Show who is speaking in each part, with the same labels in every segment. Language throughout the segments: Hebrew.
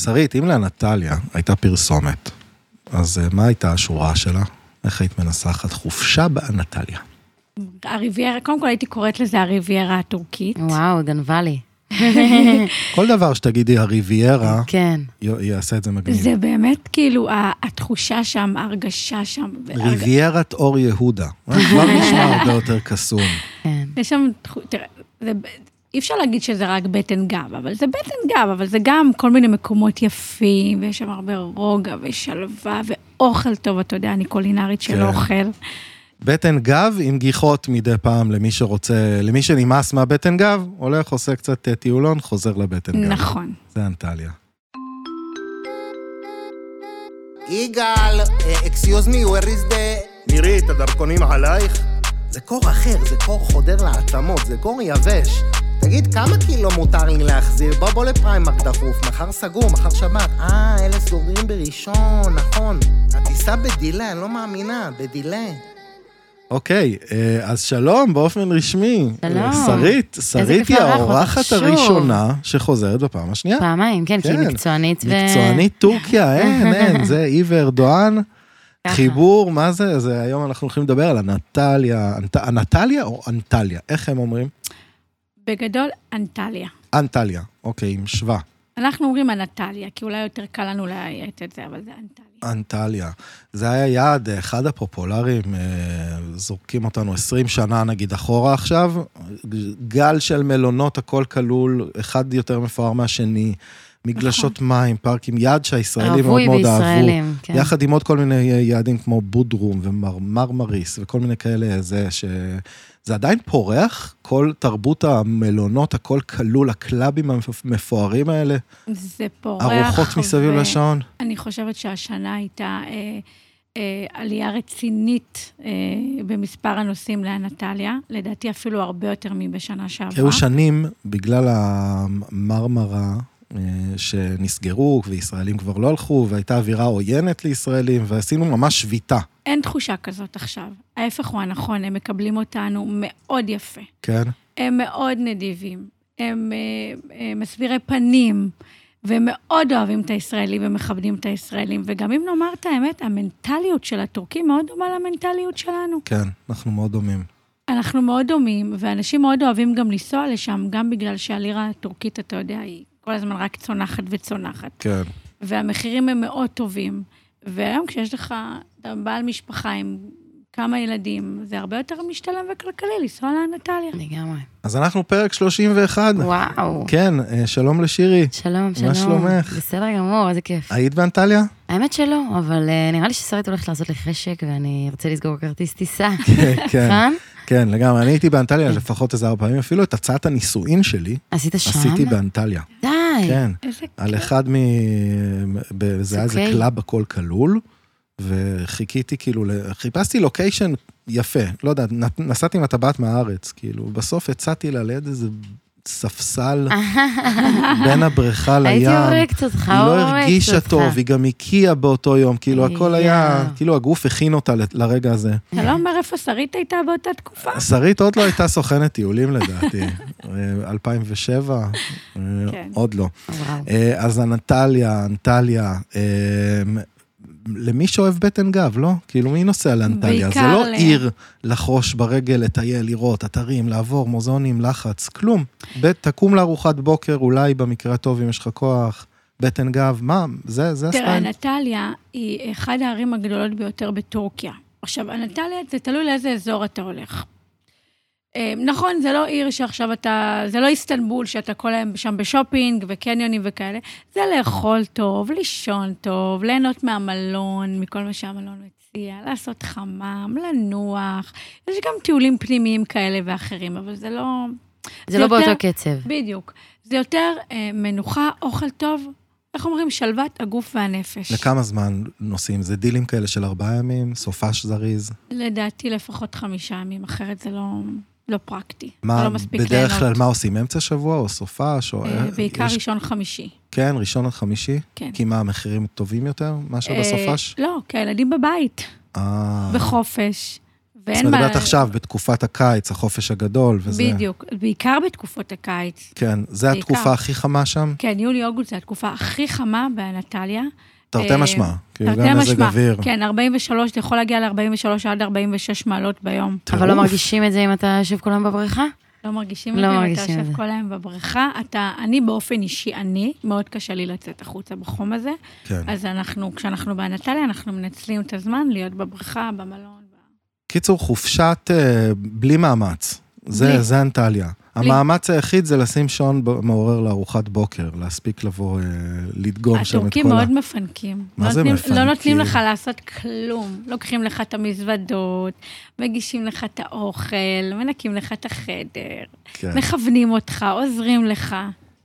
Speaker 1: שרית, אם לאנטליה הייתה פרסומת, אז אה, מה הייתה השורה שלה? איך היית מנסחת? חופשה באנטליה.
Speaker 2: הריביירה, קודם כל הייתי קוראת לזה הריביירה הטורקית.
Speaker 3: וואו, גנבה לי.
Speaker 1: כל דבר שתגידי הריביירה,
Speaker 3: כן.
Speaker 1: י- יעשה את זה מגניב.
Speaker 2: זה באמת כאילו ה- התחושה שם, ההרגשה שם. והרג-
Speaker 1: ריביירת אור יהודה. אה, כבר נשמע הרבה יותר קסום.
Speaker 3: כן.
Speaker 2: יש שם, תחו- תראה, זה ב- אי אפשר להגיד שזה רק בטן גב, אבל זה בטן גב, אבל זה גם כל מיני מקומות יפים, ויש שם הרבה רוגע ושלווה ואוכל טוב, אתה יודע, אני קולינרית של
Speaker 1: כן.
Speaker 2: אוכל.
Speaker 1: בטן גב עם גיחות מדי פעם למי שרוצה, למי שנמאס מהבטן גב, הולך, עושה קצת אה, טיולון, חוזר לבטן גב.
Speaker 2: נכון.
Speaker 1: זה אנטליה.
Speaker 4: יגאל, אה, אקסיוז מי, where is the...
Speaker 5: נירית, הדרכונים עלייך?
Speaker 4: זה קור אחר, זה קור חודר לעצמות, זה קור יבש. תגיד, כמה קילו מותר לי להחזיר? בוא בוא לפריימק דחוף, מחר סגור, מחר שבת. אה, אלה סוגרים בראשון, נכון. הטיסה בדילה, אני לא מאמינה, בדילה.
Speaker 1: אוקיי, אה, אז שלום באופן רשמי.
Speaker 3: שלום.
Speaker 1: אה, שרית, שרית
Speaker 3: כיף
Speaker 1: היא
Speaker 3: לארח אותך
Speaker 1: האורחת
Speaker 3: שוב.
Speaker 1: הראשונה שחוזרת בפעם השנייה.
Speaker 3: פעמיים, כן, כי היא
Speaker 1: כן.
Speaker 3: מקצוענית ו...
Speaker 1: מקצוענית טורקיה, אין, אין, זה היא וארדואן.
Speaker 3: ככה.
Speaker 1: חיבור, מה זה? זה היום אנחנו הולכים לדבר על אנטליה, אנט- אנטליה או אנטליה? איך הם אומרים?
Speaker 2: בגדול, אנטליה.
Speaker 1: אנטליה, אוקיי, עם שווה.
Speaker 2: אנחנו אומרים אנטליה, כי אולי יותר קל לנו לאיית את זה, אבל זה אנטליה.
Speaker 1: אנטליה. זה היה יעד, אה, אחד הפופולריים, אה, זורקים אותנו 20 שנה נגיד אחורה עכשיו, גל של מלונות, הכל כלול, אחד יותר מפואר מהשני, מגלשות מים, פארקים, יעד שהישראלים מאוד
Speaker 3: רווי
Speaker 1: מאוד אהבו.
Speaker 3: בישראלים, כן.
Speaker 1: יחד עם עוד כל מיני יעדים כמו בודרום ומרמריס וכל מיני כאלה, זה ש... זה עדיין פורח, כל תרבות המלונות, הכל כלול, הקלאבים המפוארים האלה,
Speaker 2: זה פורח.
Speaker 1: ארוחות מסביב
Speaker 2: ו-
Speaker 1: לשעון.
Speaker 2: אני חושבת שהשנה הייתה אה, אה, עלייה רצינית אה, במספר הנוסעים לאנטליה, לדעתי אפילו הרבה יותר מבשנה שעברה.
Speaker 1: היו שנים, בגלל המרמרה, אה, שנסגרו, וישראלים כבר לא הלכו, והייתה אווירה עוינת לישראלים, ועשינו ממש שביתה,
Speaker 2: אין תחושה כזאת עכשיו. ההפך הוא הנכון, הם מקבלים אותנו מאוד יפה.
Speaker 1: כן?
Speaker 2: הם מאוד נדיבים, הם אה, אה, מסבירי פנים, והם מאוד אוהבים את הישראלים ומכבדים את הישראלים. וגם אם נאמר את האמת, המנטליות של הטורקים מאוד דומה למנטליות שלנו.
Speaker 1: כן, אנחנו מאוד דומים.
Speaker 2: אנחנו מאוד דומים, ואנשים מאוד אוהבים גם לנסוע לשם, גם בגלל שהלירה הטורקית, אתה יודע, היא כל הזמן רק צונחת וצונחת.
Speaker 1: כן.
Speaker 2: והמחירים הם מאוד טובים. והיום כשיש לך, אתה בעל משפחה עם כמה ילדים, זה הרבה יותר משתלם וכלכלי לנסוע לאנטליה.
Speaker 3: לגמרי.
Speaker 1: אז אנחנו פרק 31.
Speaker 3: וואו.
Speaker 1: כן, אה, שלום לשירי.
Speaker 3: שלום, שלום.
Speaker 1: מה שלומך?
Speaker 3: בסדר גמור, איזה כיף.
Speaker 1: היית באנטליה?
Speaker 3: האמת שלא, אבל אה, נראה לי ששרית הולכת לעשות לי חשק ואני ארצה לסגור כרטיס טיסה.
Speaker 1: כן,
Speaker 3: נכון?
Speaker 1: כן, לגמרי. אני הייתי באנטליה לפחות איזה ארבע פעמים, אפילו את הצעת הנישואין שלי
Speaker 3: עשית שם?
Speaker 1: עשיתי באנטליה.
Speaker 3: די.
Speaker 1: כן.
Speaker 2: איזה
Speaker 1: על אחד מ... ב- זה היה איזה
Speaker 3: אוקיי.
Speaker 1: קלאב הכל כלול, וחיכיתי כאילו, ל- חיפשתי לוקיישן יפה, לא יודע, נ- נסעתי עם הטבעת מהארץ, כאילו, בסוף יצאתי לה ליד איזה ספסל בין הבריכה לים.
Speaker 3: הייתי הורגת אותך,
Speaker 1: היא לא
Speaker 3: הורגת אותך.
Speaker 1: הרגישה טוב, היא גם הקיאה באותו יום, כאילו הכל היה,
Speaker 3: יואו.
Speaker 1: כאילו הגוף הכין אותה ל- לרגע הזה.
Speaker 2: אתה לא אומר איפה שרית הייתה באותה תקופה?
Speaker 1: שרית עוד לא הייתה סוכנת טיולים לדעתי, אה, 2007, אה,
Speaker 2: כן.
Speaker 1: עוד לא.
Speaker 3: וואו.
Speaker 1: אה, אז אנטליה, אנטליה, אה, למי שאוהב בטן גב, לא? כאילו, מי נוסע לאנטליה? זה
Speaker 2: בעיקר
Speaker 1: לא
Speaker 2: ל-
Speaker 1: עיר לחרוש ברגל, לטייל, לראות, אתרים, לעבור, מוזיאונים, לחץ, כלום. ב- תקום לארוחת בוקר, אולי במקרה הטוב, אם יש לך כוח, בטן גב, מה? זה, זה
Speaker 2: תראה,
Speaker 1: הסטייל.
Speaker 2: אנטליה היא אחת הערים הגדולות ביותר בטורקיה. עכשיו, אנטליה, זה תלוי לאיזה אזור אתה הולך. אה, נכון, זה לא עיר שעכשיו אתה, זה לא איסטנבול, שאתה כל היום שם בשופינג וקניונים וכאלה. זה לאכול טוב, לישון טוב, ליהנות מהמלון, מכל מה שהמלון מציע, לעשות חמם, לנוח. יש גם טיולים פנימיים כאלה ואחרים, אבל זה לא...
Speaker 3: זה לא באותו
Speaker 2: יותר-
Speaker 3: קצב.
Speaker 2: בדיוק. זה יותר אה, מנוחה, אוכל טוב, איך אומרים? שלוות הגוף והנפש.
Speaker 1: לכמה זמן נוסעים? זה דילים כאלה של ארבעה ימים, סופש זריז.
Speaker 2: לדעתי לפחות חמישה ימים, אחרת זה לא, לא פרקטי. זה
Speaker 1: מה,
Speaker 2: לא מספיק ליהנות.
Speaker 1: בדרך כלל מה עושים? אמצע שבוע או סופש? או...
Speaker 2: אה, בעיקר
Speaker 1: יש-
Speaker 2: ראשון חמישי.
Speaker 1: כן, ראשון עד חמישי?
Speaker 2: כן.
Speaker 1: כי מה, המחירים טובים יותר מאשר
Speaker 2: אה,
Speaker 1: בסופש?
Speaker 2: לא, כי הילדים בבית,
Speaker 1: אה...
Speaker 2: בחופש,
Speaker 1: את
Speaker 2: ואין מה...
Speaker 1: מדברת עכשיו, בתקופת הקיץ, החופש הגדול וזה.
Speaker 2: בדיוק, בעיקר בתקופות הקיץ.
Speaker 1: כן, זה
Speaker 2: בעיקר.
Speaker 1: התקופה הכי חמה שם?
Speaker 2: כן, יולי-אוגוסט זו התקופה הכי חמה באנטליה.
Speaker 1: תרתי
Speaker 2: אה,
Speaker 1: משמע. כאילו,
Speaker 2: תרתי
Speaker 1: גם מזג
Speaker 2: משמע.
Speaker 1: אוויר.
Speaker 2: כן, 43, אתה יכול להגיע ל-43 עד 46 מעלות ביום.
Speaker 1: טירוף.
Speaker 3: אבל לא מרגישים את זה אם אתה יושב כל היום בבריכה?
Speaker 2: לא מרגישים
Speaker 3: לא
Speaker 2: את זה, אם אתה
Speaker 3: מרגישים את
Speaker 2: יושב
Speaker 3: זה.
Speaker 2: כל היום בבריכה. אתה, אני באופן אישי, אני, מאוד קשה לי לצאת החוצה בחום הזה.
Speaker 1: כן.
Speaker 2: אז אנחנו, כשאנחנו באנטליה, אנחנו מנצלים את הזמן להיות בבריכה, במלון.
Speaker 1: קיצור, חופשת אה, בלי מאמץ. זה,
Speaker 2: בלי.
Speaker 1: זה אנטליה.
Speaker 2: בלי.
Speaker 1: המאמץ היחיד זה לשים שעון ב- מעורר לארוחת בוקר, להספיק לבוא, אה, לדגום שם את
Speaker 2: הטורקים
Speaker 1: כל ה...
Speaker 2: מאוד מפנקים.
Speaker 1: מה
Speaker 2: לא
Speaker 1: זה
Speaker 2: נותנים-
Speaker 1: מפנקים?
Speaker 2: לא נותנים לך לעשות כלום. לוקחים לך את המזוודות, מגישים לך את האוכל, מנקים לך את החדר,
Speaker 1: כן.
Speaker 2: מכוונים אותך, עוזרים לך.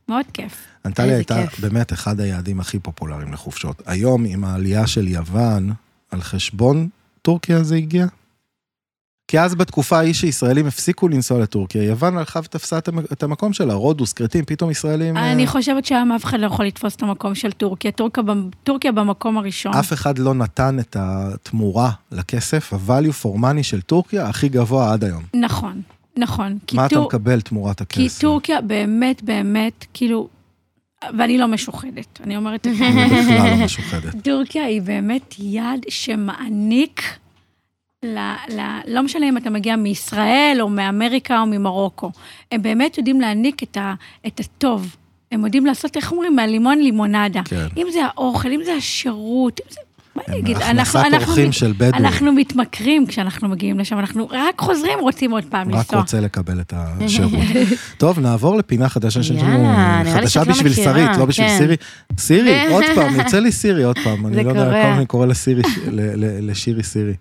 Speaker 2: מאוד כיף.
Speaker 1: אנטליה
Speaker 3: איזה
Speaker 1: הייתה
Speaker 3: כיף.
Speaker 1: באמת אחד היעדים הכי פופולריים לחופשות. היום, עם העלייה של יוון, על חשבון טורקיה זה הגיע? כי אז בתקופה ההיא שישראלים הפסיקו לנסוע לטורקיה, יוון הלכה ותפסה את המ- את המקום שלה, רודוס, כרתים, פתאום ישראלים... אה,
Speaker 2: אני חושבת שהיום אף אחד לא יכול לתפוס את המקום של טורקיה. טורקיה במ- טורקיה במקום הראשון.
Speaker 1: אף אחד לא נתן את התמורה לכסף, ה-value for money של טורקיה הכי גבוה עד היום.
Speaker 2: נכון, נכון. כי
Speaker 1: מה אתה
Speaker 2: טור-
Speaker 1: מקבל תמורת הכסף?
Speaker 2: כי טורקיה באמת, באמת, כאילו... ואני לא משוחדת, אני אומרת את זה.
Speaker 1: אני בכלל לא משוחדת.
Speaker 2: טורקיה היא באמת יד שמעניק, ל, ל, לא משנה אם אתה מגיע מישראל או מאמריקה או ממרוקו, הם באמת יודעים להעניק את, ה, את הטוב. הם יודעים לעשות, איך אומרים, מהלימון לימונדה.
Speaker 1: כן.
Speaker 2: אם זה האוכל, אם זה השירות, אם זה... מה אני אגיד?
Speaker 1: הכנסת אורחים
Speaker 2: מת-
Speaker 1: של בדואים.
Speaker 2: אנחנו מתמכרים כשאנחנו מגיעים לשם, אנחנו רק חוזרים, רוצים עוד פעם
Speaker 1: רק
Speaker 2: לנסוע.
Speaker 1: רוצה לקבל את השירות. טוב, נעבור לפינה חדשה שיש לנו,
Speaker 3: יאללה, נראה לי
Speaker 1: חדשה
Speaker 3: שאת לא
Speaker 1: בשביל
Speaker 3: מכירה,
Speaker 1: שרית, לא בשביל
Speaker 3: כן.
Speaker 1: סירי. סירי, עוד פעם, יוצא לי סירי עוד פעם,
Speaker 3: זה
Speaker 1: אני לא יודע, כל
Speaker 3: קורע.
Speaker 1: הזמן אני קורא לסירי, ל- ל- לשירי סירי.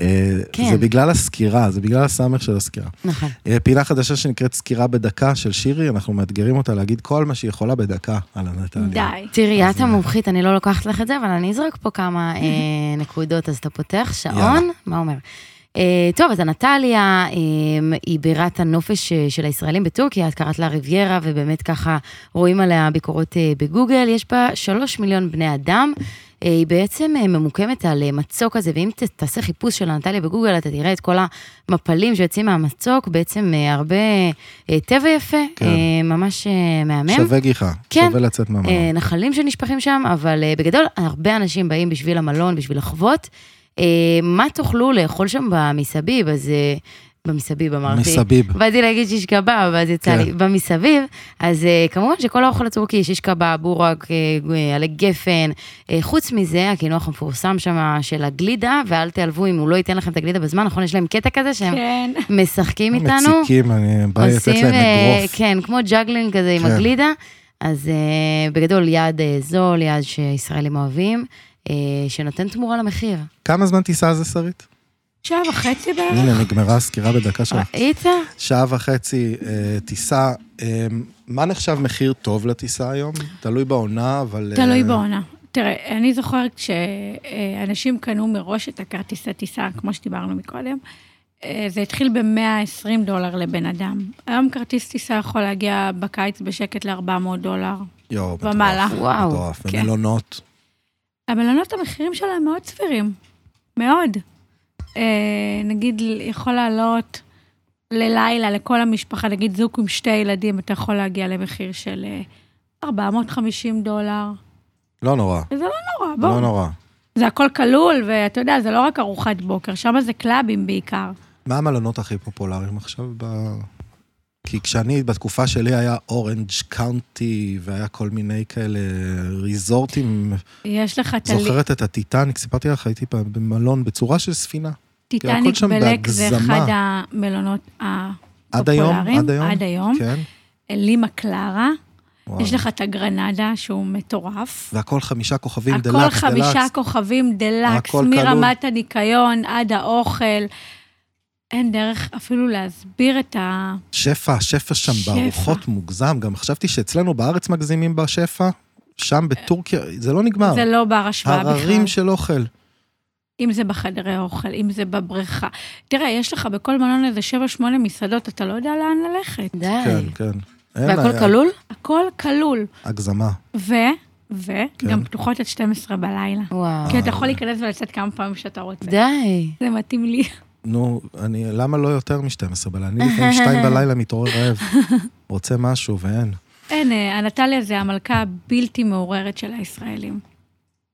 Speaker 1: אה,
Speaker 3: כן.
Speaker 1: זה בגלל הסקירה, זה בגלל הסמך של הסקירה.
Speaker 3: נכון.
Speaker 1: אה, פינה חדשה שנקראת סקירה בדקה של שירי, אנחנו מאתגרים אותה להגיד כל מה שהיא יכולה בדקה על הנטליה.
Speaker 2: די.
Speaker 3: תראי, את המומחית, אני לא לוקחת לך את זה, אבל אני אזרוק פה כמה אה, נקודות, אז אתה פותח שעון,
Speaker 1: יאללה.
Speaker 3: מה אומר? אה, טוב, אז אנטליה אה, היא בירת הנופש אה, של הישראלים בטורקיה, את קראת לה ריביירה, ובאמת ככה רואים עליה ביקורות אה, בגוגל. יש בה שלוש מיליון בני אדם. אה, היא בעצם אה, ממוקמת על אה, מצוק הזה, ואם ת- תעשה חיפוש של אנטליה בגוגל, אתה תראה את כל המפלים שיוצאים מהמצוק, בעצם אה, הרבה אה, טבע יפה,
Speaker 1: כן.
Speaker 3: אה, ממש אה, מהמם.
Speaker 1: שווה גיחה,
Speaker 3: כן.
Speaker 1: שווה לצאת מהמלון.
Speaker 3: אה, נחלים שנשפכים שם, אבל אה, בגדול, הרבה אנשים באים בשביל המלון, בשביל לחוות. אה, מה תוכלו לאכול שם במסביב? אז... אה, במסביב אמרתי.
Speaker 1: מסביב.
Speaker 3: באתי להגיד שיש קבב, אז יצא
Speaker 1: כן.
Speaker 3: לי במסביב. אז אה, כמובן שכל האוכל הטורקי, שיש קבב, בורק, אה, אה, עלי גפן. אה, חוץ מזה, הקינוח המפורסם שם של הגלידה, ואל תיעלבו אם הוא לא ייתן לכם את הגלידה בזמן, נכון? יש להם קטע כזה שהם
Speaker 2: כן.
Speaker 3: משחקים איתנו.
Speaker 1: מציקים, אני בא לתת
Speaker 3: עושים,
Speaker 1: להם
Speaker 3: אה,
Speaker 1: אגרוף.
Speaker 3: כן, כמו ג'אגלינג כזה עם
Speaker 1: כן.
Speaker 3: הגלידה. אז אה, בגדול יעד אה, זול, יעד שישראלים אוהבים, אה, שנותן תמורה למחיר.
Speaker 1: כמה זמן טיסה זה, שרית?
Speaker 2: שעה וחצי בערך.
Speaker 1: הנה, נגמרה הסקירה בדקה
Speaker 2: אה.
Speaker 1: שלך.
Speaker 3: ראית?
Speaker 1: שעה וחצי אה, טיסה. אה, מה נחשב מחיר טוב לטיסה היום? תלוי בעונה, אבל... אה,
Speaker 2: תלוי בעונה. תראה, אני זוכרת כשאנשים קנו מראש את הכרטיסי טיסה, כמו שדיברנו מקודם, אה, זה התחיל ב-120 דולר לבן אדם. היום כרטיס טיסה יכול להגיע בקיץ בשקט ל-400 דולר.
Speaker 1: יואו, מטורף.
Speaker 2: ומעלה.
Speaker 3: וואו,
Speaker 1: מטורף.
Speaker 2: כן.
Speaker 1: במלונות.
Speaker 2: המלונות, המחירים שלהם מאוד סבירים, מאוד. אה, נגיד, יכול לעלות ללילה לכל המשפחה, נגיד זוג עם שתי ילדים, אתה יכול להגיע למחיר של אה, 450 דולר.
Speaker 1: לא נורא.
Speaker 2: זה לא נורא, בואו.
Speaker 1: לא נורא.
Speaker 2: זה הכל כלול, ואתה יודע, זה לא רק ארוחת בוקר, שם זה קלאבים בעיקר.
Speaker 1: מה המלונות הכי פופולריים עכשיו ב... כי כשאני, בתקופה שלי היה אורנג' קאונטי, והיה כל מיני כאלה ריזורטים.
Speaker 2: יש לך את הלי-
Speaker 1: זוכרת את הטיטניק? סיפרתי לך, הייתי במלון בצורה של ספינה. כן, הכל
Speaker 2: טיטניק
Speaker 1: שם
Speaker 2: בלק, זה
Speaker 1: בהגזמה.
Speaker 2: אחד המלונות
Speaker 1: עד היום?
Speaker 2: הפופולריים.
Speaker 1: עד היום?
Speaker 2: עד היום.
Speaker 1: כן.
Speaker 2: לימה קלרה,
Speaker 1: וואו.
Speaker 2: יש לך את הגרנדה, שהוא מטורף.
Speaker 1: והכל חמישה כוכבים, דלקס,
Speaker 2: הכל
Speaker 1: דלקס.
Speaker 2: חמישה כוכבים דלקס,
Speaker 1: הכל
Speaker 2: מרמת הניקיון עד האוכל. אין דרך אפילו להסביר את ה...
Speaker 1: שפע, שפע שם
Speaker 2: שפע.
Speaker 1: בארוחות מוגזם. גם חשבתי שאצלנו בארץ מגזימים בשפע, שם בטורקיה, זה לא נגמר.
Speaker 2: זה לא בר השוואה בכלל.
Speaker 1: הררים של אוכל.
Speaker 2: אם זה בחדרי אוכל, אם זה בבריכה. תראה, יש לך בכל מלון איזה 7-8 מסעדות, אתה לא יודע לאן ללכת.
Speaker 3: די.
Speaker 1: כן, כן. אין
Speaker 3: והכל
Speaker 1: לה-
Speaker 3: כלול?
Speaker 2: הכל כלול.
Speaker 1: הגזמה.
Speaker 2: ו, ו,
Speaker 1: כן.
Speaker 2: גם פתוחות עד 12 בלילה.
Speaker 3: וואו.
Speaker 2: כי אתה יכול להיכנס ולצאת כמה פעמים שאתה רוצה.
Speaker 3: די.
Speaker 2: זה מתאים לי.
Speaker 1: נו, אני, למה לא יותר מ-12 בלילה? אני לפעמים 2 בלילה מתעורר רעב, רוצה משהו ואין.
Speaker 2: אין, אה, אנטליה זה המלכה הבלתי מעוררת של הישראלים.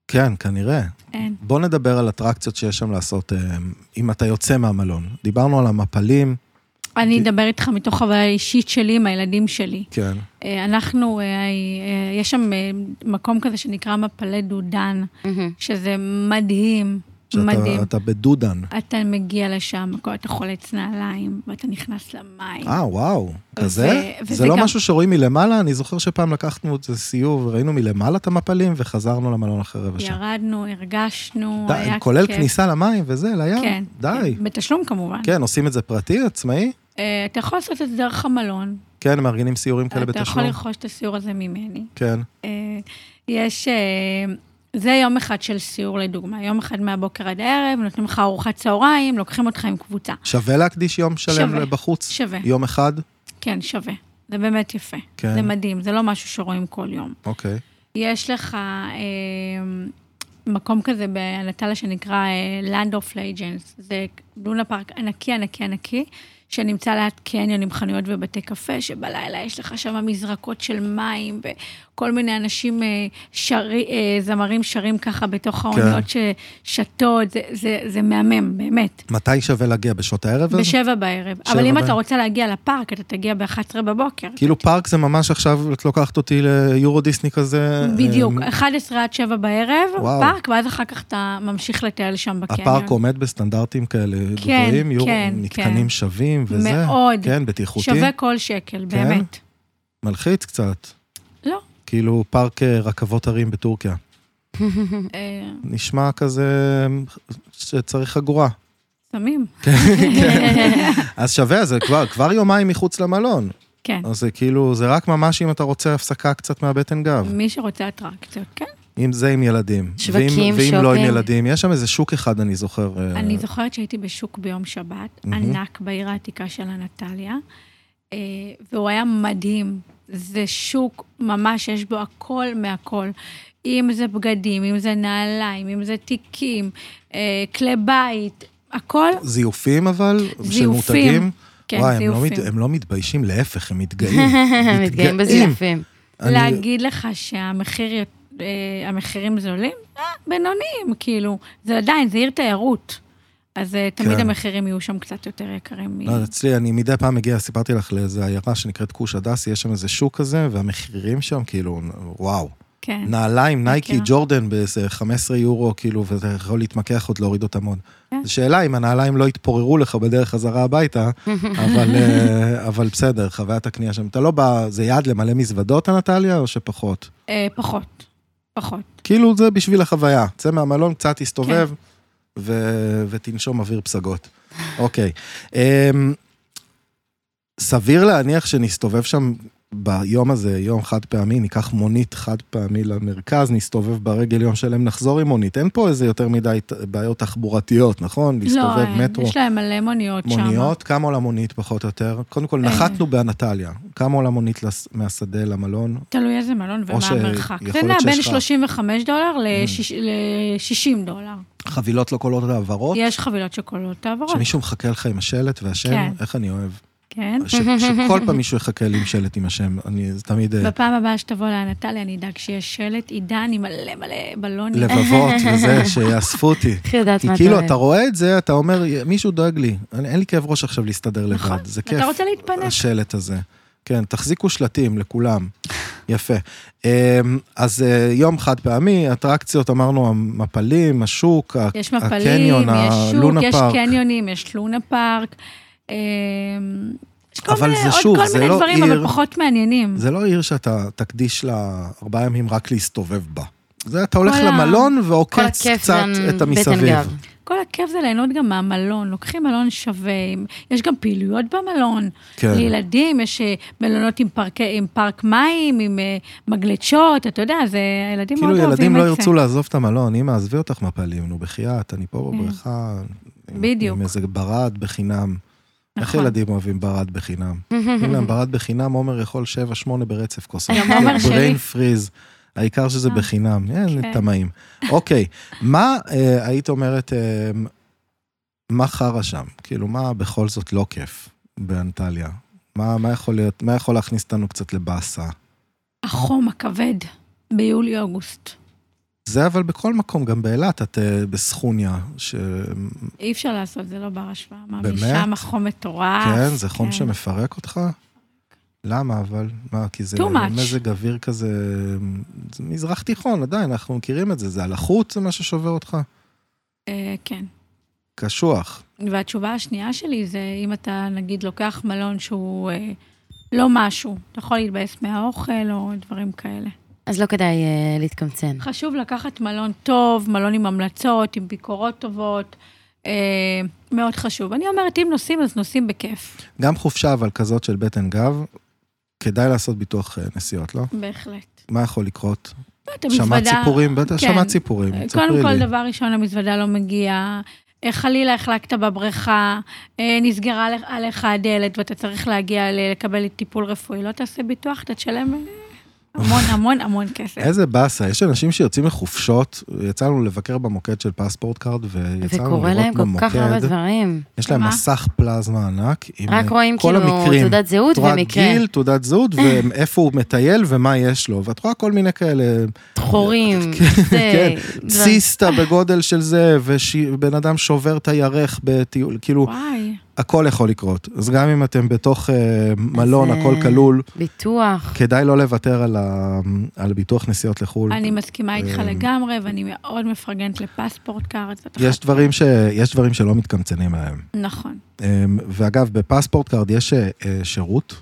Speaker 1: כן, כנראה.
Speaker 2: אין.
Speaker 1: בוא נדבר על אטרקציות שיש שם לעשות, אה, אם אתה יוצא מהמלון. דיברנו על המפלים,
Speaker 2: אני אדבר איתך מתוך חוויה אישית שלי עם הילדים שלי.
Speaker 1: כן.
Speaker 2: אה, אנחנו, אה, אה, יש שם אה, מקום כזה שנקרא מפלי דודן,
Speaker 3: מהמם.
Speaker 2: שזה מדהים,
Speaker 1: שאתה-
Speaker 2: מדהים.
Speaker 1: אתה בדודן.
Speaker 2: אתה מגיע לשם, אתה חולץ נעליים, ואתה נכנס למים.
Speaker 1: אה, וואו, כזה?
Speaker 2: וזה
Speaker 1: זה לא
Speaker 2: גם-
Speaker 1: משהו שרואים מלמעלה? אני זוכר שפעם לקחנו את הסיור וראינו מלמעלה את המפלים וחזרנו למלון אחרי רבע שעה.
Speaker 2: ירדנו, הרגשנו,
Speaker 1: די,
Speaker 2: היה
Speaker 1: כולל
Speaker 2: כיף.
Speaker 1: כניסה למים וזה, לים?
Speaker 2: כן.
Speaker 1: די.
Speaker 2: כן, בתשלום כמובן.
Speaker 1: כן, עושים את זה פרטי, עצמאי?
Speaker 2: אה, אתה יכול לעשות את זה דרך המלון.
Speaker 1: כן, מארגנים סיורים כאלה
Speaker 2: אתה יכול
Speaker 1: בתשלום?
Speaker 2: לרכוש את הסיור הזה ממני.
Speaker 1: כן.
Speaker 2: אה, יש... אה, זה יום אחד של סיור לדוגמה, יום אחד מהבוקר עד הערב, נותנים לך ארוחת צהריים, לוקחים אותך עם קבוצה.
Speaker 1: שווה להקדיש יום
Speaker 2: שווה,
Speaker 1: שלם בחוץ?
Speaker 2: שווה.
Speaker 1: יום אחד?
Speaker 2: כן, שווה. זה באמת יפה.
Speaker 1: כן.
Speaker 2: זה מדהים, זה לא משהו שרואים כל יום.
Speaker 1: אוקיי.
Speaker 2: יש לך אה, מקום כזה באנטלה שנקרא אה, Land of Legends. זה לונה פארק ענקי, ענקי, ענקי, שנמצא ליד קניון עם חנויות ובתי קפה, שבלילה יש לך שם מזרקות של מים, וכל מיני אנשים, אה, שרי, אה, זמרים שרים ככה
Speaker 1: כן.
Speaker 2: בתוך האוניות ששתות, זה, זה, זה מהמם, באמת.
Speaker 1: מתי שווה להגיע? בשעות הערב? הזה?
Speaker 2: בשבע בערב.
Speaker 1: שבע
Speaker 2: אבל אם
Speaker 1: בערב.
Speaker 2: אתה רוצה להגיע לפארק, אתה תגיע ב-11 בבוקר.
Speaker 1: כאילו פארק זה ממש עכשיו, את לוקחת אותי ליורו דיסני כזה.
Speaker 2: בדיוק,
Speaker 1: אה,
Speaker 2: 11 עד 7 בערב,
Speaker 1: וואו.
Speaker 2: פארק, ואז אחר כך אתה ממשיך לטייל שם בקניון.
Speaker 1: הפארק עומד בסטנדרטים כאלה
Speaker 2: כן,
Speaker 1: גבוהים, יורו,
Speaker 2: כן,
Speaker 1: מתקנים
Speaker 2: כן.
Speaker 1: שווים וזה.
Speaker 2: מאוד.
Speaker 1: כן, בטיחותי.
Speaker 2: שווה כל שקל,
Speaker 1: כן?
Speaker 2: באמת.
Speaker 1: מלחיץ קצת.
Speaker 2: לא.
Speaker 1: כאילו פארק אה, רכבות הרים בטורקיה.
Speaker 2: אה,
Speaker 1: נשמע כזה אה, שצריך חגורה.
Speaker 2: סמים.
Speaker 1: אז שווה, זה כבר, כבר יומיים מחוץ למלון.
Speaker 2: כן.
Speaker 1: אז זה כאילו, זה רק ממש אם אתה רוצה הפסקה קצת מהבטן גב.
Speaker 2: מי שרוצה אטרקציות, כן.
Speaker 1: אם זה עם ילדים.
Speaker 3: שווקים,
Speaker 1: ואם, ואם לא עם
Speaker 3: שופינג.
Speaker 1: ילדים, יש שם איזה שוק אחד, אני זוכר. אה,
Speaker 2: אני זוכרת שהייתי בשוק ביום שבת, ענק בעיר העתיקה של אנטליה, אה, והוא היה מדהים. זה שוק ממש, יש בו הכל מהכל. אם זה בגדים, אם זה נעליים, אם זה תיקים, אה, כלי בית, הכל
Speaker 1: זיופים אבל, של
Speaker 2: זיופים.
Speaker 1: מותגים.
Speaker 2: כן,
Speaker 1: וואי, הם לא,
Speaker 2: זיופים.
Speaker 1: מת, הם לא מתביישים, להפך, הם מתגאים.
Speaker 3: מתגאים בזיופים.
Speaker 1: אני-
Speaker 2: להגיד לך שהמחיר, יות- אה, המחירים זולים? אה, בינוניים, כאילו. זה עדיין, זה עיר תיירות. אז אה, תמיד
Speaker 1: כן.
Speaker 2: המחירים יהיו שם קצת יותר יקרים. מ-
Speaker 1: לא, אצלי, אני מדי פעם מגיע, סיפרתי לך לאיזה עיירה שנקראת גוש הדסי, יש שם איזה שוק כזה, והמחירים שם, כאילו, וואו.
Speaker 2: כן.
Speaker 1: נעליים, נייקי,
Speaker 2: מכירה.
Speaker 1: ג'ורדן באיזה 15 יורו, כאילו, ואתה יכול להתמקח עוד, להוריד אותם עוד.
Speaker 2: כן.
Speaker 1: זו שאלה אם הנעליים לא יתפוררו לך בדרך חזרה הביתה, אבל, אה, אבל בסדר, חוויית הקנייה שם. אתה לא בא, זה יעד למלא מזוודות, הנטליה, או שפחות?
Speaker 2: אה, פחות. פחות.
Speaker 1: כאילו, זה בשביל החוויה. צא מהמלון, קצת תסתובב,
Speaker 2: כן.
Speaker 1: ו- ותנשום אוויר פסגות. אוקיי. אמ, סביר להניח שנסתובב שם ביום הזה, יום חד פעמי, ניקח מונית חד פעמי למרכז, נסתובב ברגל יום שלם, נחזור עם מונית. אין פה איזה יותר מדי ת- בעיות תחבורתיות, נכון?
Speaker 2: לא,
Speaker 1: להסתובב
Speaker 2: אין,
Speaker 1: מטרו.
Speaker 2: יש להם מלא מוניות שם.
Speaker 1: מוניות, כמה עולה מונית פחות או יותר? קודם כל,
Speaker 2: אה.
Speaker 1: נחתנו באנטליה. כמה עולה מונית לס- מהשדה למלון?
Speaker 2: תלוי איזה מלון ומה
Speaker 1: ש-
Speaker 2: המרחק.
Speaker 1: יכול
Speaker 2: זה
Speaker 1: להיות
Speaker 2: נע
Speaker 1: שיש
Speaker 2: בין
Speaker 1: לך- Mm.
Speaker 2: 35 דולר ל-60 דולר.
Speaker 1: חבילות לא כוללות העברות?
Speaker 2: יש חבילות שכוללות העברות,
Speaker 1: שמישהו מחכה לך עם השלט והשם,
Speaker 2: כן.
Speaker 1: איך אני אוהב.
Speaker 2: כן?
Speaker 1: ש, שכל פעם מישהו יחכה לי עם שלט עם השם, אני זה תמיד אה,
Speaker 2: בפעם הבאה שתבוא לאנטליה, אני אדאג שיש שלט עידן עם מלא מלא בלונים.
Speaker 1: לבבות וזה, שיאספו אותי.
Speaker 3: איך יודעת
Speaker 1: כי
Speaker 3: מה אתה
Speaker 1: כאילו,
Speaker 3: אוהב.
Speaker 1: אתה רואה את זה, אתה אומר, מישהו דואג לי, אני, אין לי כאב ראש עכשיו להסתדר לבד,
Speaker 2: נכון.
Speaker 1: זה
Speaker 2: אתה
Speaker 1: כיף.
Speaker 2: רוצה להתפנק.
Speaker 1: השלט הזה. כן, תחזיקו שלטים לכולם. יפה. אמ, אז אה, יום חד פעמי, אטרקציות, אמרנו, המפלים, השוק, ה-
Speaker 2: יש
Speaker 1: הקניון,
Speaker 2: מפלים, יש שוק,
Speaker 1: הלונה
Speaker 2: יש
Speaker 1: פארק.
Speaker 2: קניונים, יש לונה פארק. אה, יש כל
Speaker 1: אבל
Speaker 2: מיני,
Speaker 1: זה
Speaker 2: עוד
Speaker 1: שוב,
Speaker 2: כל
Speaker 1: זה
Speaker 2: מיני
Speaker 1: לא
Speaker 2: דברים,
Speaker 1: עיר-
Speaker 2: אבל פחות מעניינים.
Speaker 1: זה לא עיר שאתה תקדיש לה ארבעה ימים רק להסתובב בה. זה אתה הולך
Speaker 2: כל ה-
Speaker 1: למלון
Speaker 3: כל
Speaker 1: ועוקץ
Speaker 3: הכיף
Speaker 1: קצת
Speaker 3: זה
Speaker 1: את
Speaker 3: בטן
Speaker 1: המסביב.
Speaker 3: גב.
Speaker 2: כל הכיף זה ליהנות גם מהמלון, לוקחים מלון שווה, עם- יש גם פעילויות במלון.
Speaker 1: כן.
Speaker 2: לילדים, יש אה, מלונות עם, פארק, עם פארק מים, עם אה, מגלשות, אתה יודע, זה, הילדים מאוד
Speaker 1: כאילו
Speaker 2: אוהבים את זה. Mm.
Speaker 1: ילדים לא ירצו לעזוב את המלון, אמא, עזבי אותך מפלים, נו בחייאת, אני פה בבריכה. עם-
Speaker 2: בדיוק.
Speaker 1: עם איזה ברד בחינם. איך
Speaker 2: נכון.
Speaker 1: ילדים אוהבים ברד בחינם? אם להם ברד בחינם, עומר יכול 7-8 ברצף כוסות.
Speaker 2: גם עומר שלי. אה,
Speaker 1: בריין פריז. העיקר שזה בחינם, אין
Speaker 2: כן.
Speaker 1: טמאים. אוקיי, מה אה, היית אומרת, אה, מה חרא שם? כאילו, מה בכל זאת לא כיף באנטליה? מה, מה יכול להיות, מה יכול להכניס אותנו קצת לבאסה?
Speaker 2: החום הכבד ביולי-אוגוסט.
Speaker 1: זה אבל בכל מקום, גם באילת, את אה, בסכוניה, ש...
Speaker 2: אי אפשר לעשות, זה לא בר השוואה. מה,
Speaker 1: באמת?
Speaker 2: שם החום מטורף.
Speaker 1: כן, זה חום שמפרק אותך? למה אבל? מה, כי זה
Speaker 2: Too much.
Speaker 1: מזג אוויר כזה... זה מזרח תיכון, עדיין, אנחנו מכירים את זה. זה הלחות, זה מה ששובר אותך?
Speaker 2: אה, כן.
Speaker 1: קשוח.
Speaker 2: והתשובה השנייה שלי זה, אם אתה, נגיד, לוקח מלון שהוא אה, לא משהו, אתה יכול להתבאס מהאוכל או דברים כאלה.
Speaker 3: אז לא כדאי אה, להתקמצן.
Speaker 2: חשוב לקחת מלון טוב, מלון עם המלצות, עם ביקורות טובות. אה, מאוד חשוב. אני אומרת, אם נוסעים, אז נוסעים בכיף.
Speaker 1: גם חופשה, אבל כזאת של בטן גב, כדאי לעשות ביטוח אה, נסיעות, לא?
Speaker 2: בהחלט.
Speaker 1: מה יכול לקרות?
Speaker 2: את
Speaker 1: שמעת
Speaker 2: המזוודה-
Speaker 1: סיפורים? בטח
Speaker 2: כן.
Speaker 1: שמעת סיפורים, תספרי לי.
Speaker 2: קודם כל, דבר ראשון, המזוודה לא מגיעה. אה, חלילה החלקת בבריכה, אה, נסגרה עליך- עליך הדלת ואתה צריך להגיע ל- לקבל טיפול רפואי, לא תעשה ביטוח, אתה תשלם אה, המון המון המון כסף.
Speaker 1: איזה באסה, יש אנשים שיוצאים לחופשות, יצא לנו לבקר במוקד של פספורט קארד, ויצא לנו
Speaker 3: וקורה להם
Speaker 1: לראות
Speaker 3: כל כך הרבה
Speaker 1: במוקד,
Speaker 3: דברים.
Speaker 1: יש להם
Speaker 2: מה?
Speaker 1: מסך פלזמה ענק, עם אה,
Speaker 3: רק רואים
Speaker 1: כל
Speaker 3: כאילו
Speaker 1: המקרים.
Speaker 3: תעודת זהות
Speaker 1: את רואה
Speaker 3: ומקרה.
Speaker 1: גיל, תעודת זהות, ואיפה הוא מטייל ומה יש לו, ואת רואה כל מיני כאלה,
Speaker 3: דחורים. זה-
Speaker 1: כן,
Speaker 3: דברים.
Speaker 1: סיסטה בגודל של זה, ובן אדם שובר את הירך בטיול, כאילו,
Speaker 2: וואי,
Speaker 1: הכל יכול לקרות. אז גם אם אתם בתוך אה, מלון,
Speaker 3: אז,
Speaker 1: הכל
Speaker 3: אה,
Speaker 1: כלול,
Speaker 3: ביטוח.
Speaker 1: כדאי לא לוותר על ה- על ביטוח נסיעות לחו"ל.
Speaker 2: אני מסכימה איתך
Speaker 1: אה,
Speaker 2: לגמרי, ואני מאוד מפרגנת לפספורט קארד. זאת
Speaker 1: יש דברים, ש... יש דברים שלא מתקמצנים עליהם.
Speaker 2: אחת- נכון.
Speaker 1: אמ, ואגב, בפספורט קארד יש אה, שירות,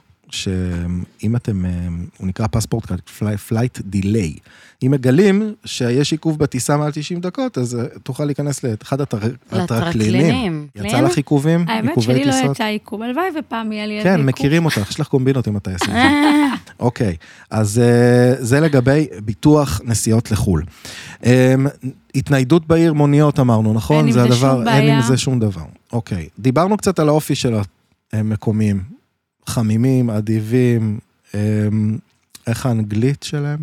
Speaker 1: שאם אתם, אמ, הוא נקרא פספורט קארד, פלייט דיליי. אם מגלים שיש עיכוב בטיסה מעל 90 דקות, אז אה, תוכל להיכנס לאחד הטר... הטרקלינים.
Speaker 3: לטרקלינים.
Speaker 1: יצא לך עיכובים?
Speaker 2: האמת
Speaker 1: עיכובי
Speaker 2: שלי לא
Speaker 1: טיסות?
Speaker 2: יצא עיכוב, הלוואי ופעם יהיה לי איזה
Speaker 1: כן,
Speaker 2: עיכוב.
Speaker 1: מכירים אותך, יש לך קומבינות עם הטייסים.
Speaker 3: אה,
Speaker 1: אוקיי, אז אה, זה לגבי ביטוח נסיעות לחו"ל. אמ, התניידות בעיר, מוניות אמרנו, נכון?
Speaker 2: אין עם זה
Speaker 1: הדבר-
Speaker 2: שום
Speaker 1: אין עם
Speaker 2: בעיה.
Speaker 1: זה שום דבר. אוקיי, דיברנו קצת על האופי של המקומיים. חמימים, אדיבים, אמ, איך האנגלית שלהם?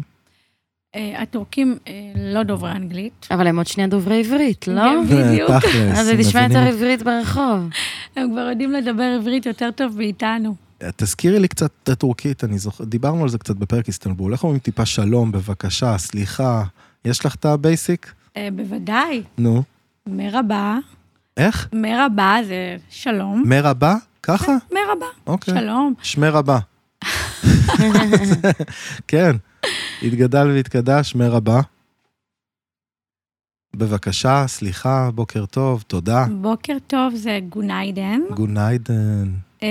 Speaker 2: אה, הטורקים אה, לא דוברי אנגלית. כן,
Speaker 3: אבל הם עוד שנייה דוברי עברית, לא?
Speaker 2: בדיוק.
Speaker 1: אה, תכלס,
Speaker 3: אז תשמע
Speaker 1: מבינים?
Speaker 3: יותר עברית ברחוב.
Speaker 2: הם כבר יודעים לדבר עברית יותר טוב מאיתנו.
Speaker 1: תזכירי לי קצת את הטורקית, אני זוכר, דיברנו על זה קצת בפרק איסטנבול. איך אומרים טיפה שלום, בבקשה, סליחה, יש לך את הבייסיק?
Speaker 2: אה, בוודאי.
Speaker 1: נו,
Speaker 2: מרבה,
Speaker 1: איך?
Speaker 2: מרבה זה שלום.
Speaker 1: מרבה? ככה?
Speaker 2: מרבה,
Speaker 1: אוקיי.
Speaker 2: שלום.
Speaker 1: שמי רבה. כן, התגדל והתקדש, שמי רבה. בבקשה, סליחה, בוקר טוב, תודה.
Speaker 2: בוקר טוב זה גוניידן.
Speaker 1: גוניידן,
Speaker 2: אה,